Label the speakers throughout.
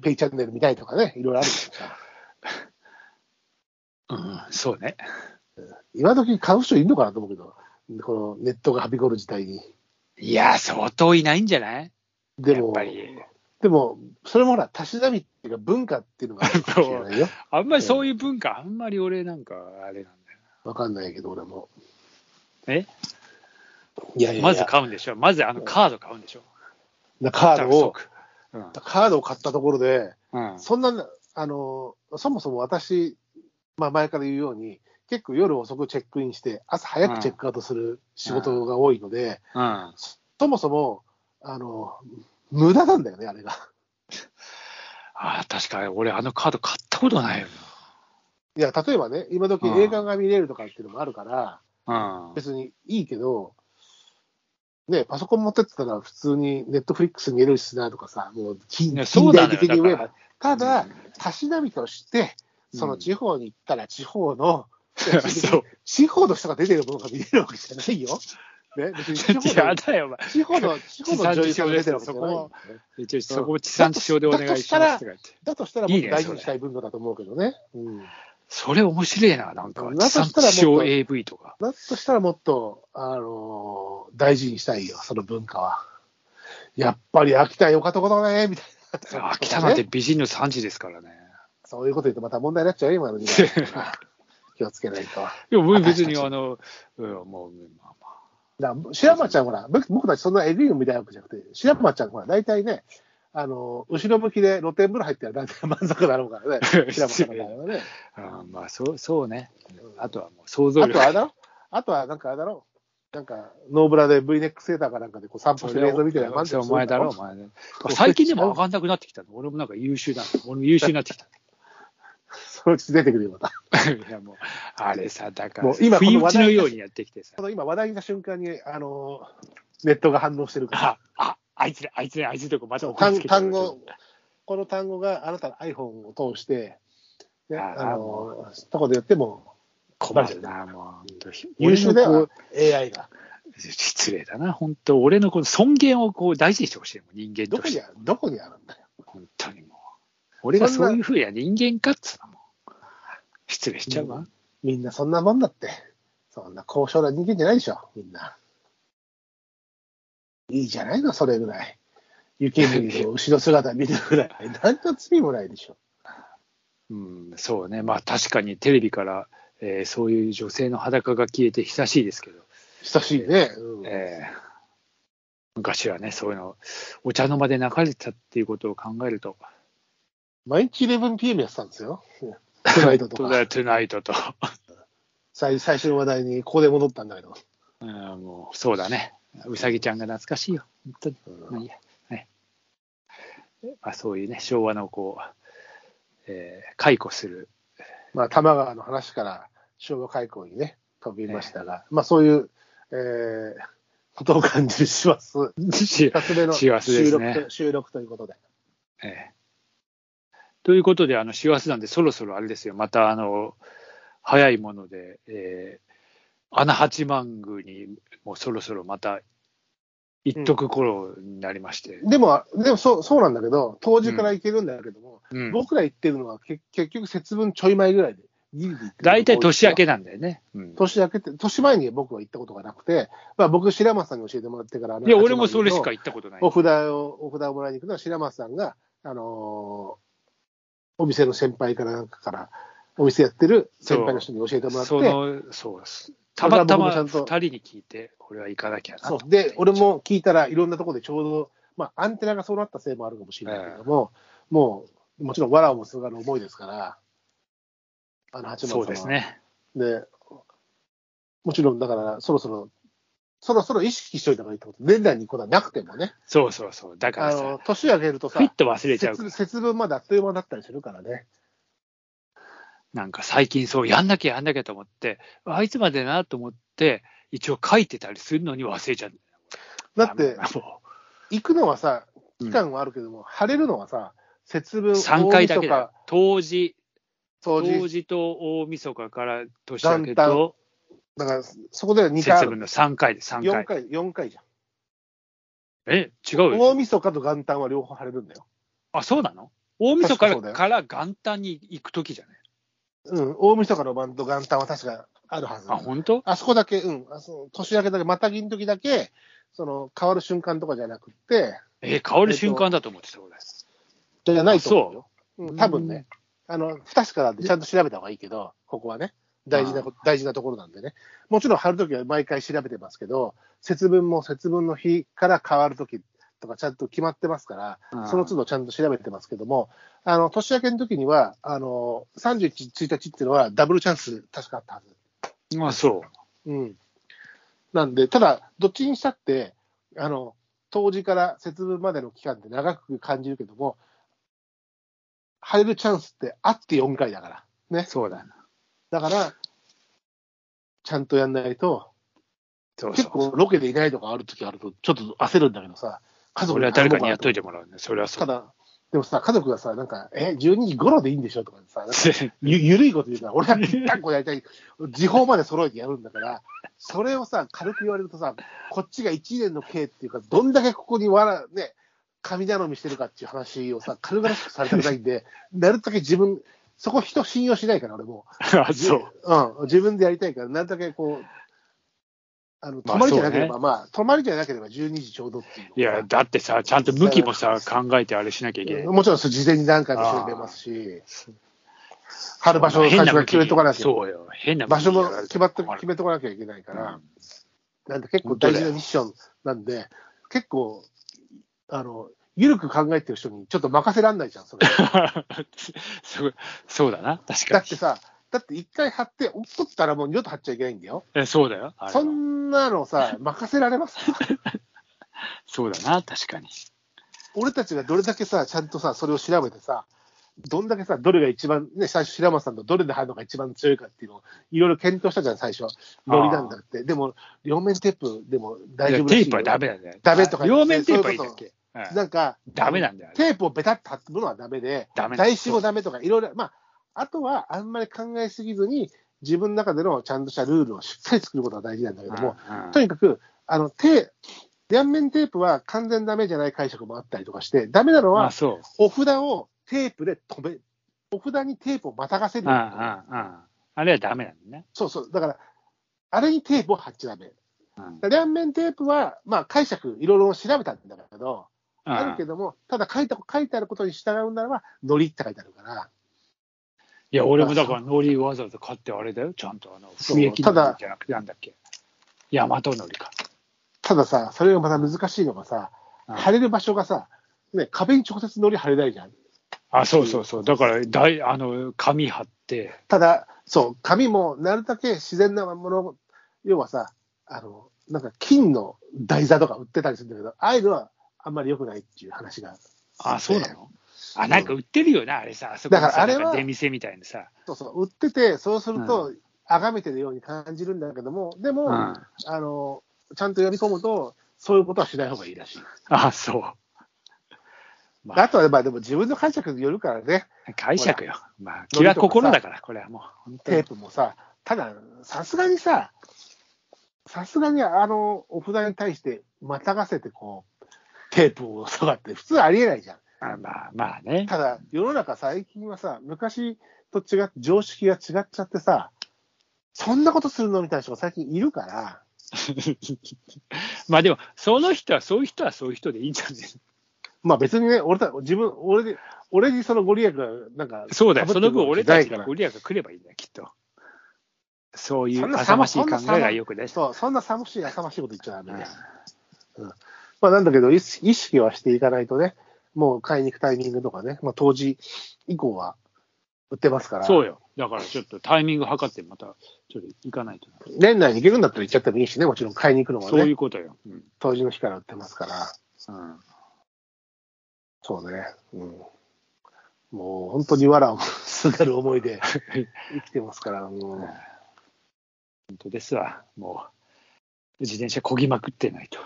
Speaker 1: ペイチャンネル見たいとかね、いろいろあるからさ。
Speaker 2: うん、そうね。
Speaker 1: 今時買う人いるのかなと思うけど、このネットがはびこる時代に。
Speaker 2: いやー、相当いないんじゃない
Speaker 1: で
Speaker 2: やっ
Speaker 1: も
Speaker 2: ぱ、り。
Speaker 1: でも、それもほら、たしなみっていうか、文化っていうのがあるかもしれないよ。
Speaker 2: あんまり そういう文化、あんまり俺なんか、あれなんだよ
Speaker 1: わかんないけど、俺も。
Speaker 2: な。え
Speaker 1: いやいやいや
Speaker 2: まず買うんでしょまずあのカード買うんでしょ
Speaker 1: カードを、
Speaker 2: うん。
Speaker 1: カードを買ったところで、
Speaker 2: うん。
Speaker 1: そんな、あの、そもそも私、まあ前から言うように、結構夜遅くチェックインして、朝早くチェックアウトする仕事が多いので、
Speaker 2: うん
Speaker 1: そもそも、あの、無駄なんだよね、あれが。
Speaker 2: ああ、確かに俺、あのカード買ったことないよ
Speaker 1: いや、例えばね、今時
Speaker 2: うん
Speaker 1: 映画が見れるとかっていうのもあるから、
Speaker 2: な。うん。
Speaker 1: 別にいいけど、ね、パソコン持ってってたら普通にネットフリックス見れるしなとかさ、もう近
Speaker 2: いやそ
Speaker 1: 近
Speaker 2: う
Speaker 1: 代
Speaker 2: なのよ
Speaker 1: 的に言え
Speaker 2: だ
Speaker 1: ば
Speaker 2: か。
Speaker 1: ただ、たしなみとして、その地方に行ったら地方の、いや別に
Speaker 2: そう
Speaker 1: 地方の人が出てるものが見れるわけじゃないよ。ね、別に地方
Speaker 2: や
Speaker 1: の、
Speaker 2: だよ、お前。
Speaker 1: 地方の、地方の女優さんが出てるわけじゃないよね。
Speaker 2: 一応そこを地産地消でお願いしますとか言って。
Speaker 1: だとしたら
Speaker 2: いい
Speaker 1: 僕
Speaker 2: ね
Speaker 1: 大事にしたい文化だと思うけどね。うん
Speaker 2: それ面白いな、なんか
Speaker 1: だ。と
Speaker 2: 地産
Speaker 1: した
Speaker 2: 地
Speaker 1: らもっと
Speaker 2: 消 AV とか。
Speaker 1: だとしたらもっと、あのー大事にしたいよ、その文化は。やっぱり秋田よかったことね、みたいな。
Speaker 2: 秋田なんて
Speaker 1: ね
Speaker 2: 美人の産地ですからね。
Speaker 1: そういうこと言うとまた問題になっちゃうよ、今の 時代気をつけないと。
Speaker 2: いや、僕別にあの、うん、もう、まあまあ。
Speaker 1: だから白馬ちゃんほら、僕僕たちそんなエビーを見たいわけじゃなくて、白馬ちゃんほら、大体ね、あの、後ろ向きで露天風呂入ってたら大体満足だろう からね、白馬ちゃんの場合はね。
Speaker 2: あーまあ、そう、そうね。
Speaker 1: うん
Speaker 2: あとはもう想像
Speaker 1: あとあれ
Speaker 2: 力。
Speaker 1: だろあとはなんかあれだろなんか、ノーブラで V ネックセーターかなんかでこう散歩してる映像見てたら満足す
Speaker 2: そ
Speaker 1: るん
Speaker 2: れお前だろ、お前ね。最近でも分かんなくなってきたの。俺もなんか優秀だな。俺も優秀になってきた。
Speaker 1: そのうち出てくるよ、また。
Speaker 2: いやもう、あれさ、だから、
Speaker 1: もう今こ
Speaker 2: 不意
Speaker 1: の
Speaker 2: 打
Speaker 1: 話
Speaker 2: ち
Speaker 1: 題
Speaker 2: のようにやってきてさ
Speaker 1: こ、の今話題にした瞬間に、あの、ネットが反応してるから。
Speaker 2: あ、あ、あいつね、あいつね、あいつとこまた怒り
Speaker 1: 単
Speaker 2: つけて
Speaker 1: 単語、この単語があなたの iPhone を通して、ね、
Speaker 2: あー
Speaker 1: あの、とこでやっても、
Speaker 2: 困るな、もう、本当
Speaker 1: 優秀だ
Speaker 2: 俺の
Speaker 1: よ
Speaker 2: こ、
Speaker 1: AI が。
Speaker 2: う失礼だな、本当俺のこの尊厳をこう大事にしてほしいもん、人間
Speaker 1: ど
Speaker 2: と
Speaker 1: こ
Speaker 2: し
Speaker 1: に
Speaker 2: て。
Speaker 1: あるどこにあるんだよ。
Speaker 2: 本当にもう。俺が
Speaker 1: そんな
Speaker 2: そういうふうや人間かっつうのもん。失礼しちゃうわ。
Speaker 1: うんみんなそんなもんだって。そんな高尚な人間じゃないでしょ、みんな。いいじゃないの、それぐらい。雪国の後ろ姿見るぐ らい。何の罪もないでしょ。
Speaker 2: うん、そうね、まあ確かにテレビから、えーそういう女性の裸が消えて久しいですけど、
Speaker 1: 親しいね。うん
Speaker 2: えー昔はね、そういうの、お茶の間で流れてたっていうことを考えると、
Speaker 1: 毎日 11pm やってたんですよ。 トゥナイトと
Speaker 2: トゥナ
Speaker 1: か
Speaker 2: イトゥナイトと、
Speaker 1: 最。最初の話題にここで戻ったんだけど。
Speaker 2: うん、もうそうだね、うさぎちゃんが懐かしいよ、本当に。
Speaker 1: うん
Speaker 2: まあいいやねまあ、そういうね、昭和のこう、えー解雇する、
Speaker 1: まあ、多摩川の話から昭和開港にね、飛びましたが、まあ、そういう、えー、ことを感じします。
Speaker 2: し
Speaker 1: 二つ目の収
Speaker 2: 幸
Speaker 1: 録
Speaker 2: せですね
Speaker 1: と収録ということで。
Speaker 2: えーということで、あの、師走なんで、そろそろあれですよ、また、あの、早いもので、えー、穴八幡宮にもうそろそろまた行っとく頃になりまして、
Speaker 1: でも、でもそうそうなんだけど、当時から行けるんだけども、
Speaker 2: うん
Speaker 1: 僕ら行ってるのはけ結局節分ちょい前ぐらいで、ギリギリ行ってる
Speaker 2: 大体年明けなんだよね。うん
Speaker 1: 年明けって、年前に僕は行ったことがなくて、まあ、僕、白松さんに教えてもらってから、
Speaker 2: いや、俺もそれしか
Speaker 1: 行
Speaker 2: 行ったことない。
Speaker 1: お札を、お札をもらいに行くのは、白松さんが、あのーお店の先輩からなんかから、お店やってる先輩の人に教えてもらって、
Speaker 2: その、そうです。
Speaker 1: そ
Speaker 2: た
Speaker 1: れから
Speaker 2: また
Speaker 1: 僕も
Speaker 2: ま
Speaker 1: ちゃん
Speaker 2: 2
Speaker 1: と
Speaker 2: 人に聞いて、俺は行かなきゃなと
Speaker 1: そ
Speaker 2: 思
Speaker 1: う
Speaker 2: って。
Speaker 1: で、俺も聞いたらいろんなところでちょうど、まあ、アンテナがそうなったせいもあるかもしれないけども、もう、もちろん、わらをもすがる思いですから、あの、八幡様
Speaker 2: そ
Speaker 1: は
Speaker 2: うです。ね。
Speaker 1: で、もちろん、だから、そろそろ、そろそろ意識しといた方がいいってこと。年内に行くことはなくてもね。
Speaker 2: そうそうそう。だから
Speaker 1: あ
Speaker 2: さ
Speaker 1: の、、年上げるとさ
Speaker 2: ふいっ、と忘れちゃうから
Speaker 1: 節節分まであっという間だったりするからね。
Speaker 2: なんか最近そう、やんなきゃやんなきゃと思って、あいつまでなと思って、一応書いてたりするのに忘れちゃうん
Speaker 1: だ
Speaker 2: よ
Speaker 1: って、
Speaker 2: あも
Speaker 1: 行くのはさ、
Speaker 2: うん
Speaker 1: 期間はあるけども、晴れるのはさ、節分、
Speaker 2: う3回だけだ
Speaker 1: 大
Speaker 2: よ。当時、
Speaker 1: 晦
Speaker 2: 当
Speaker 1: 日掃除、
Speaker 2: 時と大晦日から年明けと
Speaker 1: 元、だから、そこで2回あ
Speaker 2: 節
Speaker 1: る
Speaker 2: 分。の3回で3
Speaker 1: 4
Speaker 2: 回。
Speaker 1: 回、四回じゃん。
Speaker 2: え違うよ。
Speaker 1: 大晦日と元旦は両方晴れるんだよ。
Speaker 2: あ、そうなの大晦日
Speaker 1: 確か
Speaker 2: か
Speaker 1: そうだ
Speaker 2: ら
Speaker 1: よ
Speaker 2: から元旦に行くときじゃない
Speaker 1: うん、大晦日の晩と元旦は確かあるはず。
Speaker 2: あ、本当
Speaker 1: あそこだけ、うん、あその年明けだけ、またぎの時だけ、その、変わる瞬間とかじゃなくって、
Speaker 2: えー、変わる瞬間だと思ってた、俺。
Speaker 1: じゃないと思うよ。う、
Speaker 2: うん
Speaker 1: 多分ね。。あの、不確かなんでちゃんと調べた方がいいけど、ここはね。大事なこ、大事なところなんでね。もちろん貼るときは毎回調べてますけど、節分も節分の日から変わるときとかちゃんと決まってますから、
Speaker 2: うん
Speaker 1: その都度ちゃんと調べてますけども、あの、年明けの時には、あの、31、1日っていうのはダブルチャンス確かあったはず。
Speaker 2: まあ、そう。
Speaker 1: うん。なんで、ただ、どっちにしたって、あの、当時から節分までの期間って長く感じるけども、晴れるチャンスってあって4回だから。ね。
Speaker 2: そうだな。
Speaker 1: だから、ちゃんとやんないと、
Speaker 2: そう
Speaker 1: 結
Speaker 2: そう。
Speaker 1: 構ロケでいないとかある時あると、ちょっと焦るんだけどさ、家
Speaker 2: それは誰かにやっとい
Speaker 1: て
Speaker 2: てもらうね。それはそ
Speaker 1: た
Speaker 2: う。
Speaker 1: だ、でもさ、家族がさ、なんか、え、12時頃でいいんでしょとかさ、なんか ゆゆるいこと言うから、俺はぴったんこやりたい、時報まで揃えてやるんだから、それをさ、軽く言われるとさ、こっちが一年の刑っていうか、どんだけここにわら、ね、神頼みしてるかっていう話をさ、軽々しくされたくないんで、なるだけ自分、そこ人信用しないから、俺も。
Speaker 2: あ、そう。
Speaker 1: うん、自分でやりたいから、なるだけこう、あの、
Speaker 2: まあ
Speaker 1: 泊まりじゃなけれ
Speaker 2: そ
Speaker 1: ば、まあ、泊まりじゃなければ12時ちょうどっていうのが。
Speaker 2: いや、だってさ、ちゃんと向きもさ、考えてあれしなきゃいけない。
Speaker 1: もちろんそう事前に何回も調べますし、春場所の最
Speaker 2: 変
Speaker 1: 初
Speaker 2: な
Speaker 1: から
Speaker 2: 向き
Speaker 1: 決めとかなきゃ
Speaker 2: そうよ。変な向
Speaker 1: 場
Speaker 2: き
Speaker 1: 所も
Speaker 2: やられ
Speaker 1: 決
Speaker 2: た
Speaker 1: ま
Speaker 2: ら
Speaker 1: って決めとかなきゃいけないから、なんで結構
Speaker 2: 本当だ
Speaker 1: 大
Speaker 2: よ
Speaker 1: 事なミッションなんで、結構、あの、ゆるく考えてる人にちょっと任せらんないじゃん、そ れ。
Speaker 2: そう そうだな、確
Speaker 1: だ
Speaker 2: か
Speaker 1: ってさ、だって一回貼って、落っこったらもう二度と貼っちゃいけないんだよ。
Speaker 2: に。えそうだよ。あれは
Speaker 1: そんなのさ、任せられます か
Speaker 2: そうだな、確かに。
Speaker 1: 俺たちがどれだけさ、ちゃんとさ、それを調べてさ、どんだけさ、どれが一番、ね、最初、白松さんとどれで貼るのが一番強いかっていうのを、いろいろ検討したじゃん、最初。ノリなんだって。でも、両面テープでも大
Speaker 2: いや
Speaker 1: 丈夫らしいよ
Speaker 2: テープはダメなんだよ。
Speaker 1: ダメとか言って
Speaker 2: 両面テープはいいんだっけうん
Speaker 1: なんか、
Speaker 2: ダメなんだよあれ
Speaker 1: テープをベタッと貼るのはダメで、
Speaker 2: ダメなんだ
Speaker 1: 台紙もダメとか、いろいろ、まあ、あとはあんまり考えすぎずに、自分の中でのちゃんとしたルールをしっかり作ることが大事なんだけども、
Speaker 2: うんうん
Speaker 1: とにかく、あの、手、両面テープは完全ダメじゃない解釈もあったりとかして、ダメなの
Speaker 2: ま
Speaker 1: は
Speaker 2: あ、そう。
Speaker 1: お札をテープで止め、お札にテープをまたがせる
Speaker 2: うんうんうん。あれはダメなんだね。
Speaker 1: そうそう。だから、あれにテープを貼っちゃダメ。
Speaker 2: うん
Speaker 1: 両面テープは、まあ解釈、いろいろ調べたんだけど、ある
Speaker 2: う
Speaker 1: け
Speaker 2: ん
Speaker 1: ども、ただ書いた書いてあることに従うならば、ノリって書いてあるから、
Speaker 2: いや、俺もだから、ノリわざわざ買ってあれだよ。ちゃんと、あの、
Speaker 1: そう
Speaker 2: 不液
Speaker 1: ただ
Speaker 2: のじゃなくて、なんだっけ。大和ノリか。
Speaker 1: たださ、それがまた難しいのがさ、
Speaker 2: うん
Speaker 1: 貼れる場所がさ、ね、壁に直接ノリ貼れないじゃん。
Speaker 2: あ、そうそうそう。だから、だいあの、紙貼って、
Speaker 1: ただ、そう、紙もなるだけ自然なもの、要はさ、あの、なんか金の台座とか売ってたりするんだけど、ああいうのはあんまり良くないっていう話が。
Speaker 2: あ、そうなの
Speaker 1: う
Speaker 2: あ、
Speaker 1: ん
Speaker 2: なんか売ってるよな、あれさ。あそこにさ
Speaker 1: だからあれは
Speaker 2: なん出店みたいなさ。
Speaker 1: そうそう、売ってて、そうすると、崇めてるように感じるんだけども、でも、
Speaker 2: うん
Speaker 1: あの、ちゃんと読み込むと、そういうことはしない方がいいらしい。
Speaker 2: あ、そう。まあ
Speaker 1: あとは、まあでも自分の解釈によるからね、
Speaker 2: 解釈よ。まあ、
Speaker 1: ノリとかさ
Speaker 2: 気は心だから、これはもう。本当
Speaker 1: テー
Speaker 2: に
Speaker 1: プもさ、ただ、さすがにさ、さすがにあの、お札に対して、またがせてこう、テープを下がって、普通ありえないじゃん。
Speaker 2: あまあ、まあね。
Speaker 1: ただ、世の中最近はさ、昔と違って、常識が違っちゃってさ、そんなことするのみたいな人が最近いるから、
Speaker 2: まあでも、その人は、そういう人はそういう人でいいん じゃない
Speaker 1: まあ別にね、俺た自分、俺で、俺にそのご利益が、なんか、
Speaker 2: そうだよ。
Speaker 1: 被っ
Speaker 2: そ
Speaker 1: てく
Speaker 2: の
Speaker 1: るわけ
Speaker 2: 分、俺
Speaker 1: じゃない
Speaker 2: たち
Speaker 1: か
Speaker 2: に
Speaker 1: ら
Speaker 2: ご利益が来ればいいんだよ、きっと。そうい
Speaker 1: そん
Speaker 2: う
Speaker 1: な
Speaker 2: 浅ましい
Speaker 1: そ
Speaker 2: 考
Speaker 1: んな
Speaker 2: えがよくね。
Speaker 1: そう、そんなさもしい、浅ましいこと言っちゃダメ
Speaker 2: う
Speaker 1: で
Speaker 2: ん。
Speaker 1: まあなんだけど、意識意識はしていかないとね、もう買いに行くタイミングとかね、まあ当時以降は売ってますから、
Speaker 2: そうよ。だから、ちょっとタイミング測って、また、ちょっと行かないとな。
Speaker 1: 年内に行けるんだったら行っちゃってもいいしね、もちろん買いに行くのはね、
Speaker 2: そういうことよ。うん。
Speaker 1: 当時の日から売ってますから、
Speaker 2: うん
Speaker 1: そうね、うん。もう本当に藁をすがる思いで生きてますから、も
Speaker 2: 本当ですわ。もう、自転車こぎまくってないと。
Speaker 1: う、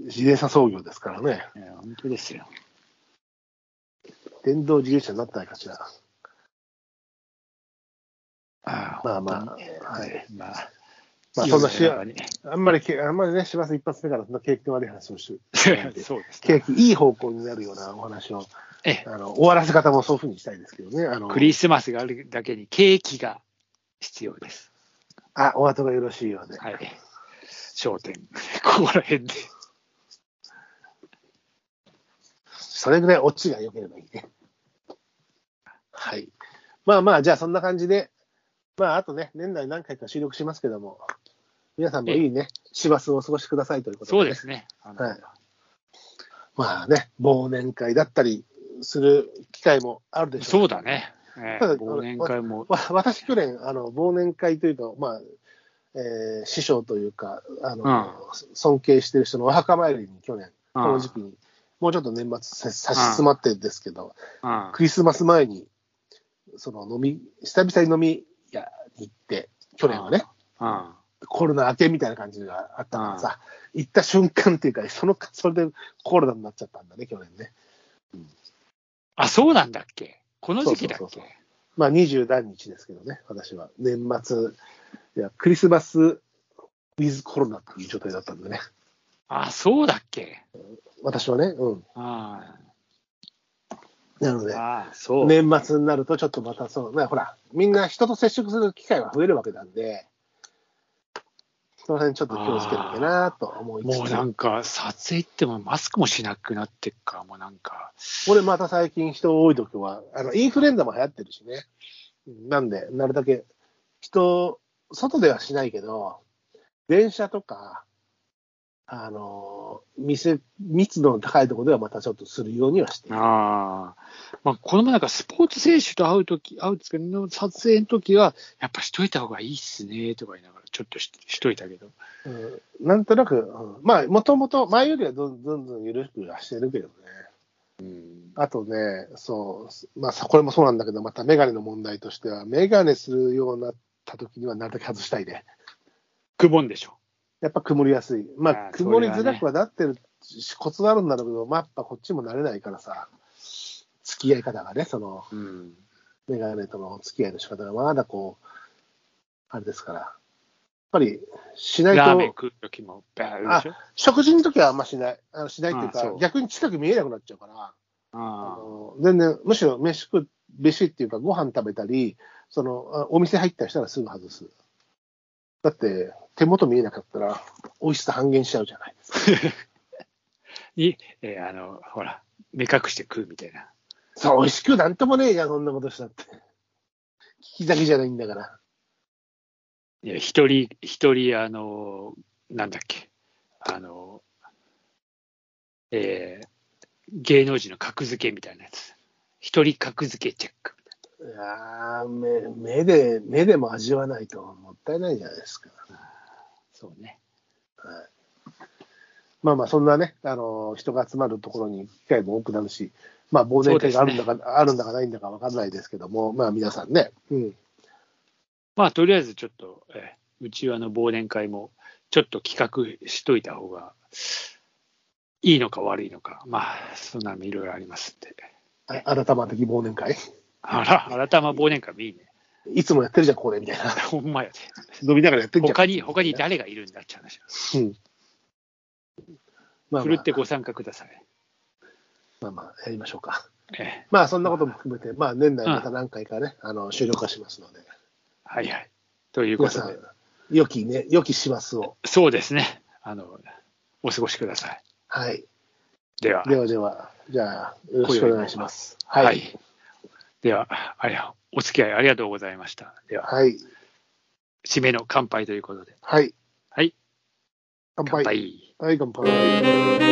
Speaker 1: 自転車操業ですからね、
Speaker 2: いや本当ですよ。
Speaker 1: 電動自転車になったないかしら。
Speaker 2: あ
Speaker 1: まあま
Speaker 2: 本
Speaker 1: あ、
Speaker 2: 当
Speaker 1: は
Speaker 2: に
Speaker 1: い。
Speaker 2: まあ、
Speaker 1: まあそんなし
Speaker 2: 世の中に
Speaker 1: あんまりけ、あんまりね、師走一発目からそんな景気の悪い話をして、
Speaker 2: そうですね。
Speaker 1: 景気いい方向になるようなお話を
Speaker 2: ええ
Speaker 1: あの終わらせ方もそういうふうにしたいですけどね。あの
Speaker 2: クリスマスがあるだけに景気が必要です。
Speaker 1: あお後がよろしいようで。
Speaker 2: はい。商店、ここら辺で。
Speaker 1: それぐらいオチが良ければいいね。はい。まあまあ、じゃあそんな感じで、まああとね、年内何回か収録しますけども、皆さんもいいね、師走をお過ごしくださいということで、
Speaker 2: そうですね。あの
Speaker 1: はいまあね、忘年会だったりする機会もあるでしょ
Speaker 2: そうだね。ええ
Speaker 1: ただ
Speaker 2: 忘年会も。
Speaker 1: わ私、去年、あの忘年会というか、まあえー師匠というかあの、
Speaker 2: うん
Speaker 1: 尊敬してる人のお墓参りに去年、
Speaker 2: うん
Speaker 1: この時期に、もうちょっと年末さ差し詰まってるんですけど、
Speaker 2: うん
Speaker 1: クリスマス前に、その飲み、久々に飲み屋に行って、去年はね、
Speaker 2: うん
Speaker 1: コロナ明けみたいな感じがあったからさ、行った瞬間っていうか、そのそれでコロナになっちゃったんだね、去年ね。
Speaker 2: あ、そうなんだっけこの時期だっ
Speaker 1: そうそう
Speaker 2: け
Speaker 1: そうまあ、二十何日ですけどね、私は。年末、いや、クリスマス、ウィズコロナっていう状態だったんでね。
Speaker 2: あ、そうだっけ
Speaker 1: 私はね、うん。
Speaker 2: あ
Speaker 1: なの
Speaker 2: ー
Speaker 1: で、
Speaker 2: あー、そう。
Speaker 1: 年末になるとちょっとまたそう、ね、ほら、みんな人と接触する機会が増えるわけなんで、その辺ちょっと気をつけなきゃなと思いつつ、
Speaker 2: もうなんか、撮影行ってもマスクもしなくなってっから、もうなんか、
Speaker 1: 俺また最近人多い時は、あの、インフルエンザも流行ってるしね。なんで、なるだけ、人、外ではしないけど、電車とか、あの、店、密度の高いところではまたちょっとするようにはしてる
Speaker 2: ああ、まあ、この前なんかスポーツ選手と会うとき、会うつけの撮影のときは、やっぱしといた方がいいっすねとか言いながら、ちょっとししといたけど、
Speaker 1: うんなんとなく、うんまあ、もともと、前よりはどんどんどん緩くはしてるけどね。
Speaker 2: うん、
Speaker 1: あとね、そう、まあ、これもそうなんだけど、またメガネの問題としては、メガネするようになった時には、なるだけ外したいね。
Speaker 2: くぼんでしょ。
Speaker 1: やっぱ曇りやすい。ま
Speaker 2: あー
Speaker 1: あ、曇りづらくはなってるし、コツはあるんだろうけど、まあ、やっぱこっちも慣れないからさ、付き合い方がね、その、
Speaker 2: うん、
Speaker 1: メガネとの付き合いの仕方が、まだこう、あれですから、やっぱり、しない
Speaker 2: ラーメン
Speaker 1: と、
Speaker 2: 食うときも、バーでしょ。
Speaker 1: 食事の時はあんましない。あのしないっていう
Speaker 2: あー
Speaker 1: か
Speaker 2: そ、う
Speaker 1: 逆に近く見えなくなっちゃうから、あ
Speaker 2: あ
Speaker 1: の全然、むしろ飯食う、飯っていうか、ご飯食べたり、その、あお店入ったりしたらすぐ外す。だって、手元見えなかったら、美味しさ半減しちゃうじゃないですか。
Speaker 2: あに、えーあの、ほら、目隠して食うみたいな。
Speaker 1: そう、美味しくなんともねえじゃん、そんなことしたって。聞きだけじゃないんだから。
Speaker 2: いや、一人、一人、あの、なんだっけ、あの、えー芸能人の格付けみたいなやつ。一人格付けチェック。
Speaker 1: いやー目目で、目でも味わないともったいないじゃないですか。
Speaker 2: そうね。
Speaker 1: まあまあ、そんなね、あの人が集まるところに行く機会も多くなるし、まあ、忘年会があるんだか、あるんだかないんだか分かんないですけども、まあ、皆さんね、うん、
Speaker 2: まあ、とりあえずちょっと、えーうちわの忘年会も、ちょっと企画しといた方がいいのか悪いのか、まあ、そんなのいろいろありますんで。
Speaker 1: あ改ま的忘年会。
Speaker 2: あら、改ま忘年会もいいね。
Speaker 1: いつもやってるじゃん、これ、みたいな。
Speaker 2: ほんまやで。
Speaker 1: 飲みながらやってんじゃん。
Speaker 2: 他に、他に誰がいるんだって話。
Speaker 1: うん。まあ、ま
Speaker 2: ふる
Speaker 1: あ
Speaker 2: って、ご参加ください。
Speaker 1: まあまあ、やりましょうか。
Speaker 2: ええ
Speaker 1: まあ、そんなことも含めて、まあ、年内また何回かね、あの、終了化しますので。
Speaker 2: はいはい。というこ
Speaker 1: 皆
Speaker 2: と
Speaker 1: さ
Speaker 2: で
Speaker 1: ん、、良きね、良き師走を。
Speaker 2: そうですね。あの、お過ごしください。
Speaker 1: はい。
Speaker 2: では、
Speaker 1: ではでは、じゃあ、よろしくお願いします。
Speaker 2: はい。
Speaker 1: はい。
Speaker 2: では、あれお付き合いありがとうございました。では、
Speaker 1: はい。
Speaker 2: 締めの乾杯ということで。
Speaker 1: はい。
Speaker 2: はい。
Speaker 1: 乾
Speaker 2: 乾
Speaker 1: 杯。
Speaker 2: 杯
Speaker 1: はい、乾杯。